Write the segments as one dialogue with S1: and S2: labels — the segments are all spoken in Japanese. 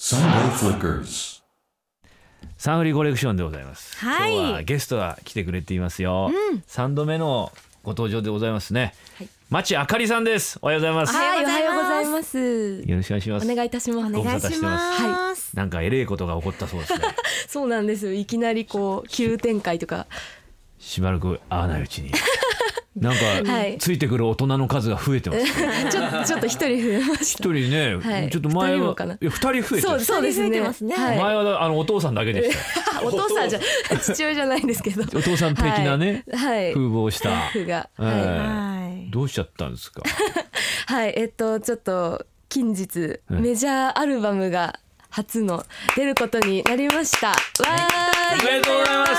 S1: Sunday Flickers.
S2: サンフリーコレクションでございます、
S3: はい
S2: 今日はゲストが来てくれていますよ、三度目のご登場でございますね、町あかりさんですおはようございます
S3: は
S4: はいい、
S3: お
S4: お
S3: は
S4: は
S3: よ
S4: よう
S3: うご
S4: ご
S3: ざ
S4: ざ
S3: い
S4: い
S3: ま
S2: よろしくお願いしま
S4: ます。
S2: す
S4: お願いいたします。
S2: ご無沙汰してます
S4: は
S2: なんかえれいことが起こったそうです ね
S4: そうなんです。いきなりこう急展開とか、
S2: しばらく会わないうち になんか、
S4: はい
S2: ついてくる大人の数が増えてますね
S4: ちょっとちょっと一人増えまし
S2: 一
S4: た。
S2: 人ね、
S4: はい
S2: ちょっと前
S4: 二人
S2: は
S4: もかない
S2: や二人増えて
S4: そ
S2: る
S4: うそうです
S3: 一人増え
S4: ね。
S3: てますね
S4: はい
S2: 前はあのお父さんだけでし
S4: あお父さんじゃ父親じゃないんですけど。
S2: たお父さん的なね、
S4: はい。
S2: 風
S4: 夫
S2: 貌した、
S4: 婦が
S2: ええ
S4: は
S3: はい。
S2: どうしちゃったんですか
S4: いはい。えっとちょっと近日
S2: うん
S4: メジャーアルバムが初の出ることになりました。わーい。
S2: おめでとうございます
S4: わ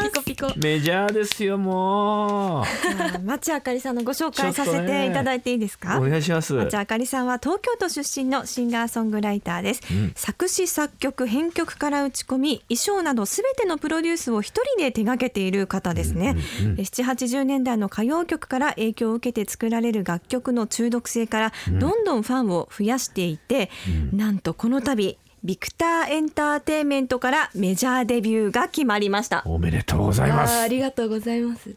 S4: ーピコピコ。
S2: メジャーですよもう
S3: まあ町あかりさんのご紹介させていただいていいですか。
S2: お願いします
S3: 町あかりさんは東京都出身のシンガーソングライターです、
S2: うん
S3: 作詞作曲編曲から打ち込み衣装などすべてのプロデュースを一人で手掛けている方ですね、
S2: うんうん
S3: 7、80年代の歌謡曲から影響を受けて作られる楽曲の中毒性からどんどんファンを増やしていて、なんとこの度ビクターエンターテインメントからメジャーデビューが決まりました
S2: おめでとうございま
S4: わーあ
S2: す
S4: りがとうございます。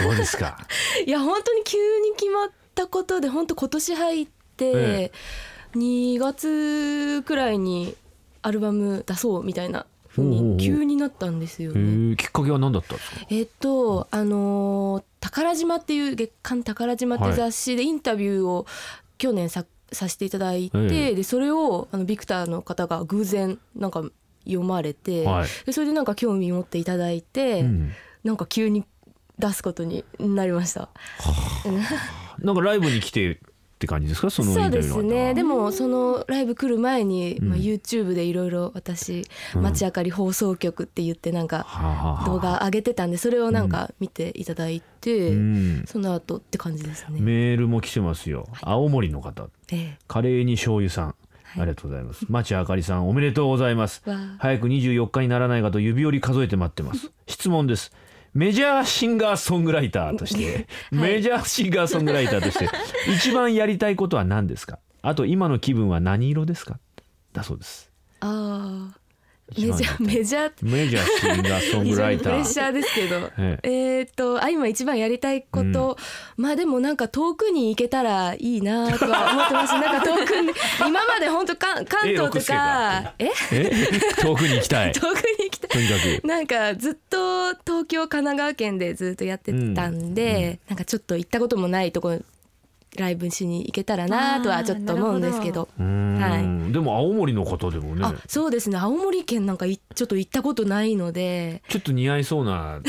S2: どうです か
S4: いや本当に急に決まったことで本当今年入っ
S2: え
S4: て2月くらいにアルバム出そうみたいな風
S2: ほうほうほう
S4: に急になったんですよ
S2: え
S4: ね。
S2: ーきっかけは何だったんですか
S4: えっとあのー宝島っていう月刊宝島っていう雑誌でインタビューを去年ささせていただいて、
S2: ええ
S4: でそれをあのビクターの方が偶然なんか読まれて、
S2: はい
S4: でそれでなんか興味持っていただいて、
S2: うん
S4: なんか急に出すことになりました。
S2: なんかライブに来てって感じですかそのイン
S4: そう
S2: タビュ
S4: で
S2: ーの方
S4: すねでもそのライブ来る前に、まあ、YouTube でいろいろ私「
S2: うん
S4: 街明かり放送局」って言ってなんか
S2: はあはあはあ
S4: 動画上げてたんでそれをなんか見ていただいて、
S2: うん
S4: その後って感じですね。
S2: メールも来てますよ青森の方
S4: え
S2: カレーに醤油さん、ありがとうございます町あかりさんおめでとうございます
S4: わあ
S2: 早く24日にならないかと指折り数えて待ってます質問ですメジャーシンガーソングライターと して、メジャーシンガーソングライターとして一番やりたいことは何ですかあと今の気分は何色ですかだそうです
S4: あー
S2: 一
S4: メ
S2: 番
S4: ジャーメジャーって
S2: メジャーシンガーソン
S4: 非
S2: グ
S4: 常
S2: ラ
S4: に
S2: イ
S4: プ
S2: タ
S4: レッ
S2: ー
S4: シャーですけど
S2: え
S4: えーっとあ今一番やりたいこと、まあでもなんか遠くに行けたらいいなとは思ってますなんか遠く に今まで本当関関東とかえ
S2: え遠くに行きたい
S4: 遠くに行きたい
S2: とにかく
S4: なんかずっと東京神奈川県でずっとやってたんで、なんかちょっと行ったこともないところライブしに行けたらなとはちょっと思うんですけど
S2: うーん、でも青森の方でもね
S4: あそうですね青森県なんかいちょっと行ったことないので
S2: ちょっと似合いそうな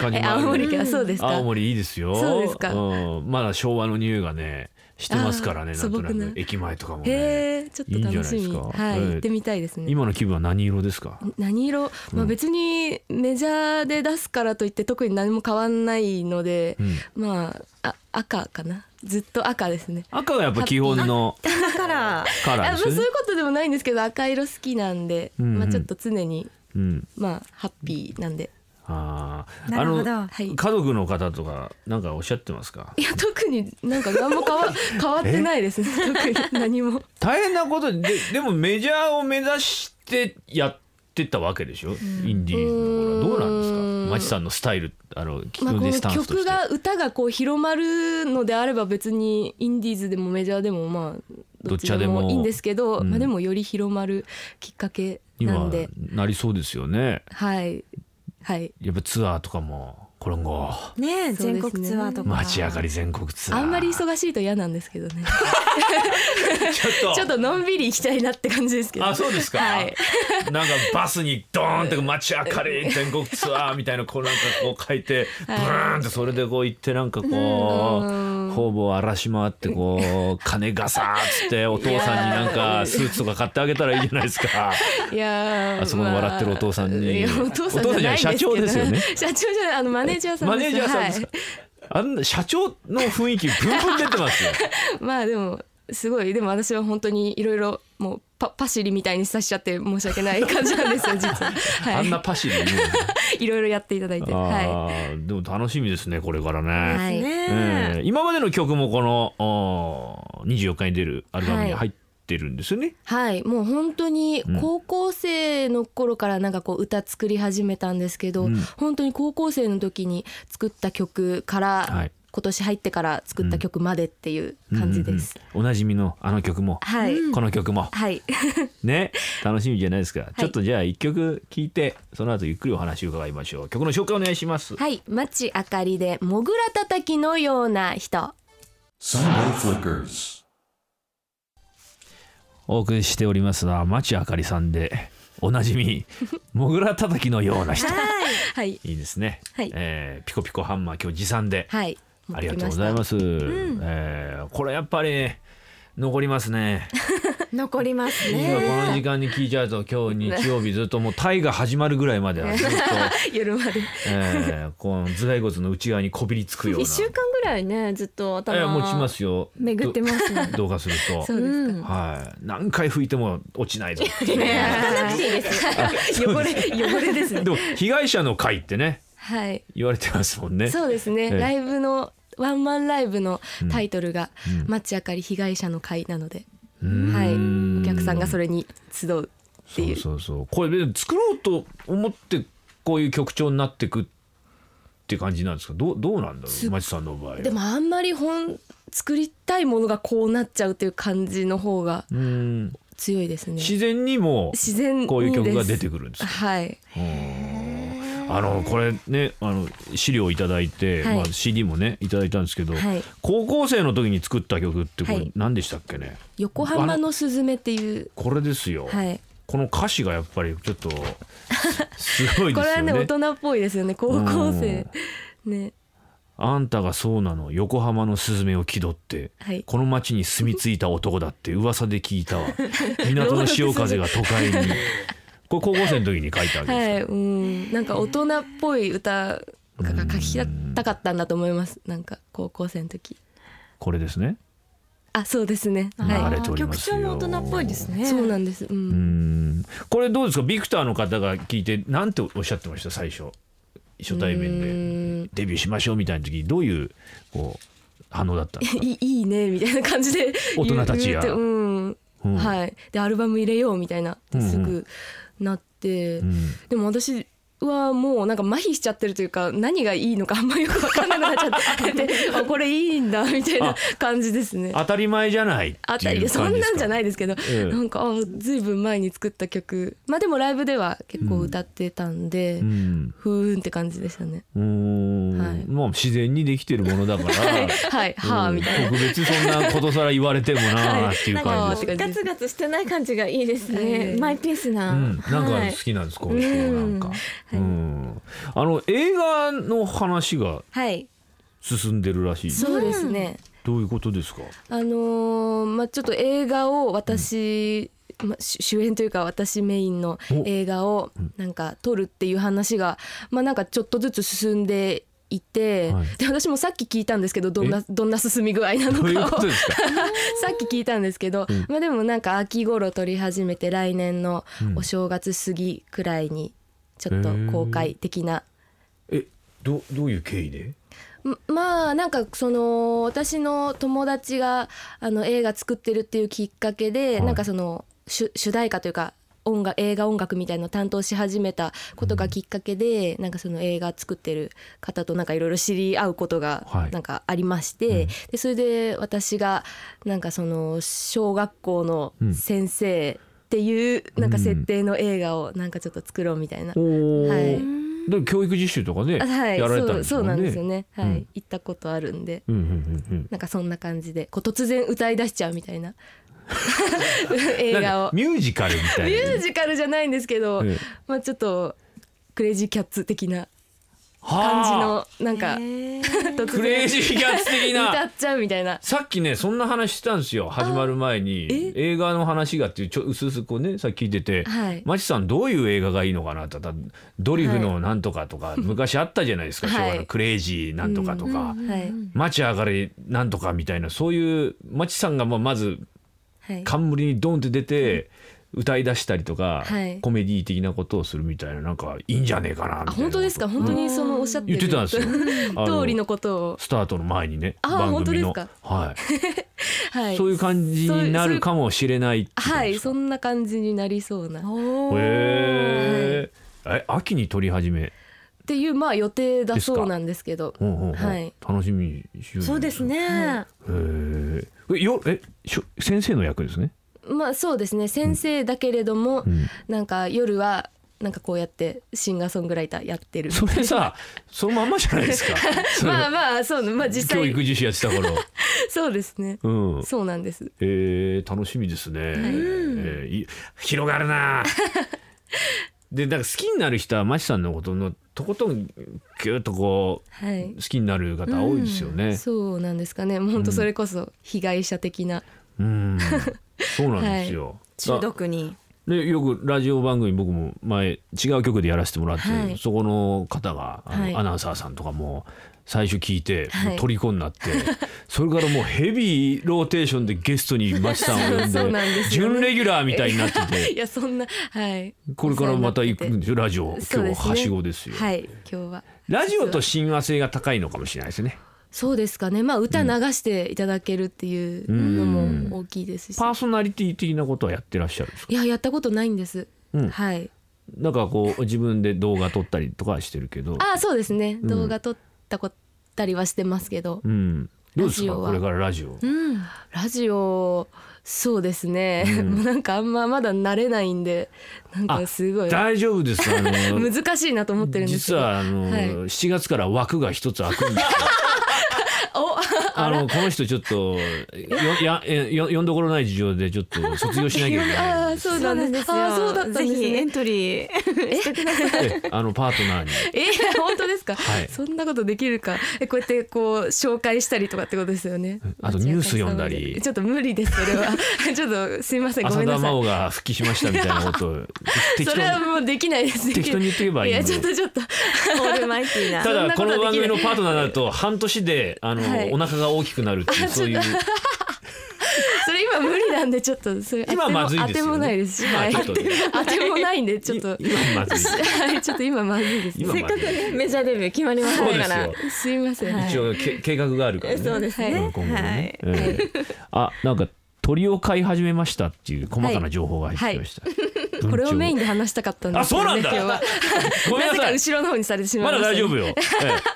S2: 感じ
S4: え
S2: もあ
S4: 青
S2: る
S4: 森県はそうですか
S2: 青森いいですよ。
S4: そうですか
S2: うん、まだ昭和の匂いがね、してますからね、
S4: あー
S2: なんとな
S4: 素朴な
S2: く駅前とかもね。
S4: へえちょっと楽し
S2: い
S4: み
S2: いんじゃないですか
S4: はい
S2: ええ
S4: 行ってみたいですね
S2: 今の気分は何色ですか。
S4: 何色、まあ、別にメジャーで出すからといって特に何も変わんないので
S2: う、ん、
S4: まああ赤かなずっと赤ですね
S2: 赤がやっぱ基本の
S3: だから
S2: カラー
S4: あま
S2: で
S4: あ、
S2: す
S4: そう
S2: よね
S4: いう。ことでもないんですけど赤色好きなんで、
S2: うんうん
S4: まあ、ちょっと常に、
S2: うん、
S4: まあ、ハッピーなんで。
S2: ああ、
S3: な
S2: あ
S3: るほど
S2: の、
S4: はい
S2: 家族の方とか、なんかおっしゃってますか。
S4: いや特になんか何も変 わ変わってないですね特に何も
S2: 大変なことで、でもメジャーを目指してやってったわけでしょ。インディーズの頃はどうなんですか
S4: うー。ん
S2: マチさんのスタイル、あの、聞
S4: まあ
S2: く
S4: こ
S2: デ
S4: の
S2: スタンスとして。
S4: 曲が歌がこう広まるのであれば別にインディーズでもメジャーでもまあどっちで
S2: どっちでも
S4: もいいんですけど
S2: うん
S4: まあ、でもより広まるきっかけ
S2: に
S4: なん
S2: は
S4: で
S2: なりそうですよね。
S4: はいはい
S2: やっぱツアーとかも今後
S3: ね
S4: そうですね
S3: 全国ツアーとか
S2: 街上がり全国ツアー
S4: あんまり忙しいと嫌なんですけど ね
S2: ちょっと
S4: ちょっとのんびり行きたいなって感じですけど
S2: あそうですか、
S4: はい
S2: なんかバスにドーンって街明かり全国ツアーみたいなこうなんかこう書いてブ
S4: はい
S2: ーンってそれでこう行ってなんかこう方々荒らし回ってこう金がさーっつっ てお父さんになんかスーツとか買ってあげたらいいじゃないですか
S4: いやー
S2: あそこの笑ってるお父さんに
S4: いやお父さんじゃないんですけど
S2: お父さんじゃない社長ですよね
S4: 社長じゃないあのマネージャーさん
S2: マネージャーさんですか、あんな社長の雰囲気ぶんぶん出てますよ
S4: はいまあでもすごいでも私は本当にいろいろもうパパシリみたいにさしちゃって申し訳ない感じなんですよ実は、
S2: あんな
S4: は
S2: パシリ言うの
S4: い、いろいろやっていただいては
S2: あーでも楽しみですねこれからね、
S4: い、はい
S3: ね
S2: えー今までの曲もこのおー24日に出るアルバムに入っってるんですよね。
S4: はいもう本当に
S2: うん
S4: 高校生の頃からなんかこう歌作り始めたんですけど、
S2: うん
S4: 本当に高校生の時に作った曲から、
S2: はい
S4: 今年入ってから作った曲までっていう感じです。
S2: うんうんうんおなじみのあの曲も、
S4: はい、
S3: うん
S2: この曲も
S4: はい
S2: ね楽しみじゃないですか、ちょっとじゃあ一曲聴いてその後ゆっくりお話伺いましょう曲の紹介お願いします、
S4: はい、マチあかりでもぐらたたきのような人。
S1: Sunday Flickers.
S2: お送りしておりますのは町あかりさんでおなじ みもぐらたたきのような人
S4: はい、
S2: いいですね、
S4: はい
S2: えーピコピコハンマー今日持参で、
S4: はい、。
S2: ありがとうございますす、えーこれやっぱり残りますね
S3: 残ります
S2: 今この時
S3: ね。
S2: 間に聞いちゃうと今日日曜日ずっともうタイが始まるぐらいまでは ずっと、
S4: 夜まで。
S2: えーこの頭蓋骨の内側にこびりつくような
S3: 一週間ぐらいねずっと
S2: いや持ちま
S3: 頭
S2: すよ
S3: 巡ってますね。
S2: ど動画すると
S4: そうですか。
S2: はい何回拭いても落ちないぞっていう
S4: ね
S3: 拭かな くていいです。
S2: そうです
S4: 汚れ、汚れですね。
S2: でも被害者の会ってね
S4: はい、
S2: 言われてますもんね
S4: そうです
S2: え
S4: ね。
S2: え
S4: ライブのワンマンライブのタイトルが
S2: うん
S4: マチあかり被害者の会なので、
S2: うーん
S4: はい、お客さんがそれに集うっていう。
S2: そうそうそうこれ別に作ろうと思ってこういう曲調になってくって感じなんですかどうどうなんだろう
S4: す
S2: マチさんの場合は
S4: でもあんまり本作りたいものがこうなっちゃうっていう感じの方が
S2: うーん
S4: 強いですね。
S2: 自然にも
S4: 自然にです
S2: こういう曲が出てくるんです
S4: はい。
S2: あのこれねあの資料をいただいて、
S4: はい
S2: まあ、CD もねいただいたんですけど、
S4: はい
S2: 高校生の時に作った曲ってこ
S4: は
S2: れ
S4: い
S2: 何でしたっけね、
S4: 横浜のスズメっていう。
S2: これですよ、
S4: はい。
S2: この歌詞がやっぱりちょっ とすすごい
S4: こ
S2: です
S4: れは
S2: よね
S4: ね大人っぽいですよね。高校生。ね。
S2: あんたがそうなの横浜のスズメを気取って、
S4: はい
S2: この町に住み着いた男だって噂で聞い たわ港の潮風が都会にこれ高校生の時に書いたわけ
S4: はい。
S2: ですか、
S4: うん。なんか大人っぽい歌が書きたかったんだと思います。なんか高校生の時。
S2: これですね
S4: あ、そうですね。
S2: 流
S4: は
S2: れておりますよ
S3: 曲調も大人っぽいです
S4: い。
S3: ね。
S4: そうなんです。う。
S2: うんんこれどうですかビクターの方が聞いてなんておっしゃってました最初初対面
S4: う
S2: で
S4: ん
S2: デビューしましょうみたいな時どういうこう反応だったんですか
S4: いいいいねみたいな感じで
S2: 大人たちが
S4: 言うてうん
S2: うん
S4: はい、でアルバム入れようみたいな
S2: うんうん
S4: すぐなって、
S2: うん
S4: でも私はもうなんか麻痺しちゃってるというか何がいいのかあんまよく分かんなくなっちゃって であこれいいんだみたいな感じですね。
S2: 当たり前じゃないっていう感
S4: あたり
S2: じ
S4: で
S2: です
S4: そ
S2: か
S4: んなんじゃないですけど、
S2: ええ
S4: なんかあずいぶん前に作った曲まあでもライブでは結構歌ってたんで、
S2: うん
S4: ふーんって感じでしたね。
S2: うーん、
S4: はい
S2: まあ自然にできてるものだから、
S4: はい、 は あ
S2: うん
S4: みたいな。
S2: 特別そんなことさら言われてもなあっていう
S3: なん
S2: 感
S3: か
S2: じ
S4: は
S2: です。
S3: ガツガツしてない感じがいいです
S4: は
S3: ね。
S4: い
S3: マイペースな。
S2: うん、なん
S3: は
S2: か
S3: い
S2: 好きなんです、この人はなんか。う
S4: うん
S2: ん、あの映画の話が
S4: はい、
S2: 進んでるらしい。
S4: そうですね。
S2: どういうことですか。
S4: あのーまあちょっと映画を私、まあ主主演というか私メインの映画をなんか撮るっていう話がまあなんかちょっとずつ進んでいて、
S2: はい
S4: で私もさっき聞いたんですけどどんなどんな進み具合な
S2: ど
S4: の
S2: ういう
S4: かを
S2: ことですか。
S4: さっき聞いたんですけど、
S2: うん
S4: まあでもなんか秋頃撮り始めて来年の
S2: うん
S4: お正月過ぎくらいにちょっと公開的な、
S2: え、どどういう経緯で。
S4: んまあなんかその私の友達があの映画作ってるっていうきっかけで、
S2: はい
S4: なんかその主主題歌というか音楽映画音楽みたいなのを担当し始めたことがきっかけで、なんかその映画作ってる方となんかいろいろ知り合うことが
S2: はい
S4: なんかありまして、
S2: うん
S4: でそれで私がなんかその小学校の
S2: うん
S4: 先生っていうなんか設定の映画をなんかちょっと作ろうみたいな、
S2: おお、
S4: はい
S2: で教育実習とかね、
S4: あはい
S2: やられたん
S4: そう
S2: です
S4: そ
S2: も
S4: う
S2: ね。
S4: んなんですよね、はい
S2: うん
S4: 行ったことあるんで。
S2: うんうんうんうん。
S4: なんかそんな感じでこう突然歌い出しちゃうみた いな映画
S2: なんか
S4: を
S2: ミュージカルみた
S4: ミ
S2: いな。
S4: ュージカルじゃないんですけど、
S2: ええ
S4: まあちょっとクレイジーキャッツ的な
S2: は
S4: 感
S2: あ
S4: じのなんか
S3: へー
S4: 突
S2: クレイジーキャッツ的な。
S4: 歌っちゃうみたいな
S2: さっきねそんな話してたんですよ始まる前に映画の話がっていうちょうすうすこうねさっき聞いてて、
S4: はい
S2: マチさんどういう映画がいいのかなってだドリフのなんとかとか、昔あったじゃないですか、
S4: はい
S2: 昭和のクレイジーなんとかとか、
S4: はい
S2: マチ上がりなんとかみたいなそういうマチさんがまあまず
S4: はい
S2: 冠にドンって出て、歌い出したりとか、
S4: はい
S2: コメディ的なことをするみたいななんかいいんじゃねえかなみたい
S4: あ
S2: な
S4: 本当ですか本当にそのおっしゃって
S2: 言
S4: る
S2: ってたんですよ あ
S4: 通りのことを
S2: スタートの前にね
S4: あー
S2: 番組の
S4: 本当です
S2: は、
S4: はいい
S2: そういう感じになるかもしれないってことですか
S4: はいそんな感じになりそうなっ
S3: おー
S2: へーえ秋に撮り始め、
S4: ていうまあ予定だそうなんですけど
S2: うんうんうん
S4: はい
S2: 楽しみにしよう
S3: そうですね。
S2: へーえよえしょ先生の役ですね、
S4: まあそうですね先生だけれども
S2: うん、
S4: なんか夜はなんかこうやってシンガーソングライターやってる
S2: それさそのまんまじゃないですかその
S4: まあまあそうねまあ実
S2: 教
S4: 際
S2: 育実施やってた頃
S4: そうですね
S2: うん
S4: そうなんです
S2: えー、楽しみですね、えーい広がるなでなんか好きになる人はマチさんのことのとことんぎゅっとこ
S4: は
S2: う
S4: い
S2: 好きになる方多いですよね
S4: そうなんですかねもう本当それこそ被害者的な
S2: うんそうなんですよ、
S3: 中毒に。
S2: でよくラジオ番組僕も前違う局でやらせてもらって、
S4: はい
S2: そこの方があの、
S4: はい
S2: アナウンサーさんとかも最初聞いて、
S4: はい
S2: もう虜にな ってそれからもうヘビーローテーションでゲストにマチさんを呼んで
S4: そうなんですよね
S2: 準レギュラーみたいになってて
S4: いやそんなはい
S2: これからまた行くん
S4: で
S2: ですよラジオ
S4: そう
S2: 今
S4: で
S2: 日
S4: すね
S2: はしごですよ
S4: はい今日は
S2: ラジオと親和性が高いのかもしれないですね
S4: そうですかねまあ歌流していただけるっていうの
S2: うん
S4: も大きいですし
S2: パーソナリティ的なことはやってらっしゃるんですか
S4: いややったことないんです、
S2: うん
S4: はい
S2: なんかこう自分で動画撮ったりとかはしてるけど
S4: ああそうですね
S2: ん
S4: 動画撮ったこったりはしてますけど
S2: うんどうです
S4: ラジ
S2: か
S4: オは
S2: これからラジオ
S3: うん。
S4: ラジオそうですね、
S2: うん
S4: なんかあんままだ慣れないんでなん
S2: あ
S4: かすごい
S2: 大丈夫ですあ の
S4: 難しいなと思ってるんですけ
S2: 実
S4: ど
S2: はあの、
S4: はい
S2: 7月から枠が一つ開くんですよ
S4: お
S2: あのこの人ちょっとよやえよ呼んどころない事情でちょっと卒業しなきゃいけ
S4: あ
S2: ない
S4: あそうなんです
S3: よ
S4: ああそうだったんです
S3: ぜひエ
S4: ね
S3: ントリー。
S2: えあのパートナーに
S4: えー本当ですか、
S2: はい
S4: そんなことできるかえこうやってこう紹介したりとかってことですよね
S2: あとニュース読んだり
S4: ちょっと無理ですそれは ちょっとすいませ んごめ
S2: 浅
S4: ん
S2: 田
S4: な
S2: 真
S4: さい
S2: 央が復帰しましたみたいなこと を適当
S4: そ
S2: に
S4: れはもうできないです
S2: 適当に言っていけばいい
S4: い
S2: の
S4: やちょっとちょっと
S3: オールマイティー な
S2: た。
S4: そん
S2: だ
S4: な
S2: こ
S4: ことは
S2: の
S4: できな
S2: 番
S4: い
S2: 組のパートナーだと半年であの、
S4: はい
S2: お腹が大きくなるって いうそういう
S4: それ今無理なんでちょっとそれ
S2: 今
S4: 当ても
S2: まずいですよね
S4: 当てもないですし、
S2: 今
S4: はい、
S2: ちょっとね
S4: 当てもないんでちょっと
S2: い今まずい
S4: はいちょっと今まずいです
S2: 今
S4: ね
S2: まずい
S3: メジャーデビュー決まりまし
S2: そう
S3: た
S2: で
S3: か
S2: す
S3: ら
S2: よ。
S4: すいません、
S2: 一応け計画があるからね
S3: そうですね
S2: ん今後のね、
S3: は
S2: ええ あなんか鳥を飼い始めましたっていう細かな情報が入ってきました、文鳥
S4: これをメインで話したかったんですよね
S2: あそうなんだ
S4: 今日は
S2: ごめんな
S4: なぜか
S2: さい
S4: 後ろの方にされてし ま
S2: ま
S4: いま
S2: だ大
S4: した、
S2: 丈夫
S4: よ
S2: よ、え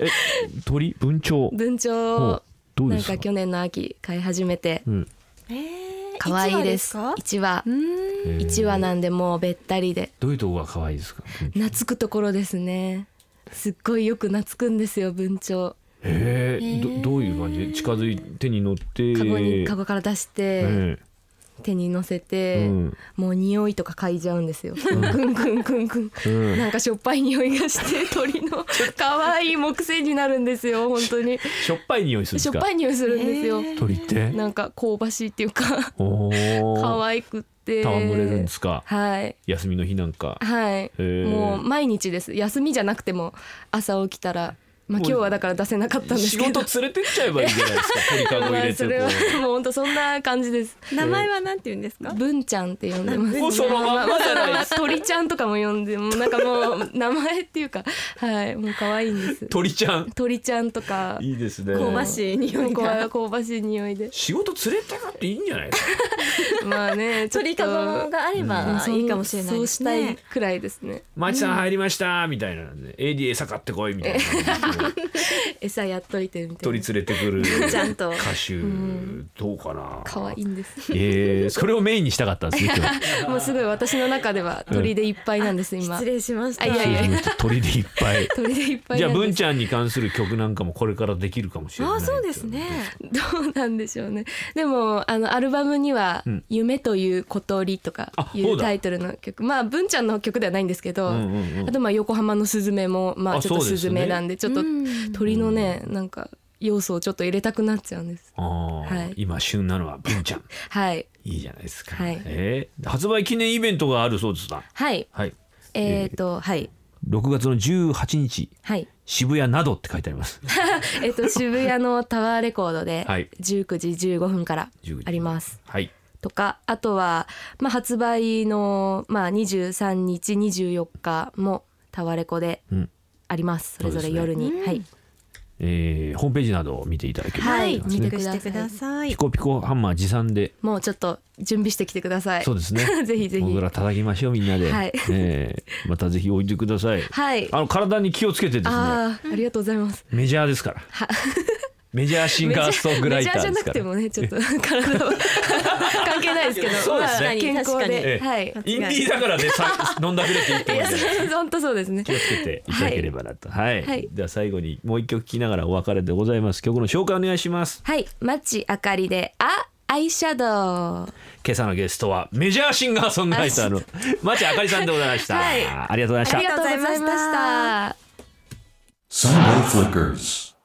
S2: ええ鳥文鳥
S4: 文
S2: ほ
S4: 鳥
S2: うどう
S4: な
S2: で
S4: ん
S2: すか
S4: か去年の秋飼い始めて
S2: うん
S4: 可愛いです
S3: か
S4: 一羽
S3: うん。
S2: ええ
S4: 一羽なんでもうべったりで
S2: どういうとこが可愛いですか文鳥
S4: 懐くところですねすっごいよく懐くんですよ文鳥
S2: ええどどういう感じで近づい手に乗って
S4: カゴにカゴから出して、
S2: え
S4: 手に乗せ
S2: え
S4: て、
S2: うん
S4: もう匂いとか嗅いじゃうんですよ。くんくんくんくん。
S2: うん
S4: なんかしょっぱい匂いがして 鳥の可愛い木製になるんですよ本当に。
S2: しょっぱい匂いするんで
S4: しょ
S2: す
S4: っ
S2: か
S4: ぱい匂いするんですよ。
S2: 鳥って
S4: なんか香ばしいっていうか
S2: おー
S4: 可愛くって。
S2: 戯れるんですか
S4: はい
S2: 休みの日なんか
S4: はい。
S2: へえ
S4: もう毎日です。休みじゃなくても朝起きたら、まあ
S2: もう
S4: 今日はだから出せなかったんです
S2: 仕
S4: けど。
S2: 事連れてっちゃえばいいじゃないですか鳥かご入
S4: ま
S2: れ
S4: あそ れは
S2: て
S4: もう本当そんな感じです。
S3: 名前はなんて言うんですか。
S4: 文ちゃんって呼んでます。
S2: こうそのまんまじゃないですか
S4: 鳥ちゃんとかも呼んでもうなんかもう名前っていうかはいもう可愛いんです
S2: 鳥ちゃん
S4: 鳥ちゃんとか
S2: いいですね
S3: 香ばしい匂い
S4: こ
S3: が
S4: は。香ばしい匂いで
S2: 仕事連れてかっていいんじゃないですか
S4: まあねちょっと
S3: 鳥かごがあれば
S4: そん
S3: いいかもしれない
S4: そ
S3: で
S4: う
S3: す
S4: したい
S3: ね。
S4: くらいですね
S2: マチさん入りましたみたいなんで AD 餌買ってこいみたいな
S4: 餌やっといてみたいな
S2: 鳥連れてくる
S3: ちゃんと
S2: 歌手どうかな
S4: 可愛いんです
S2: えーそれをメインにしたかったんですね今日
S4: もうすごい私の中では鳥でいっぱいなんです今
S3: 失礼しました。
S4: あいやいや
S2: 鳥でいっぱい
S4: 鳥でいっぱい
S2: じゃ
S4: な
S2: あ
S4: ん
S2: 文
S4: です
S2: ちゃんに関する曲なんかもこれからできるかもしれない
S3: ああ、そうですね。
S4: どうなんでしょうねでもあのアルバムには
S2: うん
S4: 「夢という小鳥」とか
S2: あ
S4: い
S2: そう
S4: う
S2: だ
S4: タイトルの曲まあ文ちゃんの曲ではないんですけど、
S2: うんうんうん
S4: あとまあ横浜のスズメもま
S2: あ
S4: あちょっと
S2: そうで
S4: ス
S2: す
S4: ズ
S2: ね
S4: メなんでちょっと
S3: うん
S4: 鳥のねなんか要素をちょっと入れたくなっちゃうんです。
S2: あー
S4: はい
S2: 今旬なのは文ちゃん
S4: はい
S2: いいじゃないですか、
S4: はい
S2: えー発売記念イベントがあるそうですな
S4: はい
S2: はい
S4: えっ、と、はい
S2: 6月の18日
S4: はい
S2: 渋谷などって書いてあり ます
S4: えっ、と渋谷のタワーレコードで
S2: はい
S4: 19時15分から
S2: 19時
S4: あります。
S2: はい
S4: とかあとは、まあ、発売の、まあ、23日24日もタワレコで
S2: うん
S4: あります、それぞ
S2: そうで
S4: れ
S2: すね
S4: 夜に、
S3: うん
S4: はい、
S2: えーホームページなどを見ていただければ
S4: は
S3: はいい、
S2: と思い
S3: チ
S2: ま
S3: ェ
S2: す
S3: ッ
S2: ね
S3: クしてください
S2: ピ。コピコハンマー持参で
S4: もうちょっと準備してきてください
S2: そうですね
S4: ぜひぜひ
S2: 僕ら叩きましょうみんなで、
S4: はい
S2: えーまたぜひ置いてください、
S4: はい
S2: あの体に気をつけてですね
S4: あーありがとうございます
S2: メジャーですから
S4: は
S2: メジャーシンガーソングライタ
S4: メジャ
S2: ー
S4: ー
S2: ですか
S4: じゃなくて
S2: ら
S4: もねちょっと体は関係ないです けど
S2: そうですね
S4: まあ健康
S2: 確か
S4: で
S2: に
S4: はい
S2: インディーだからねさ飲んだくれていいと思
S4: い
S2: い
S4: や
S2: ます
S4: それ本当そうですね
S2: 気をつけていただければなとはい、
S4: はい
S2: では最後にもう一曲聴きながらお別れでございます曲の紹介お願いします
S4: はいマッチあかりであアイシャドウ
S2: 今朝のゲストはメジャーシンガーソングライターの町あかりさんでございました、
S4: はい
S2: ありがとうございました
S4: ありがとうございま
S3: ありがとうご
S4: し
S3: ざいました
S4: た
S1: Sunday Flickers.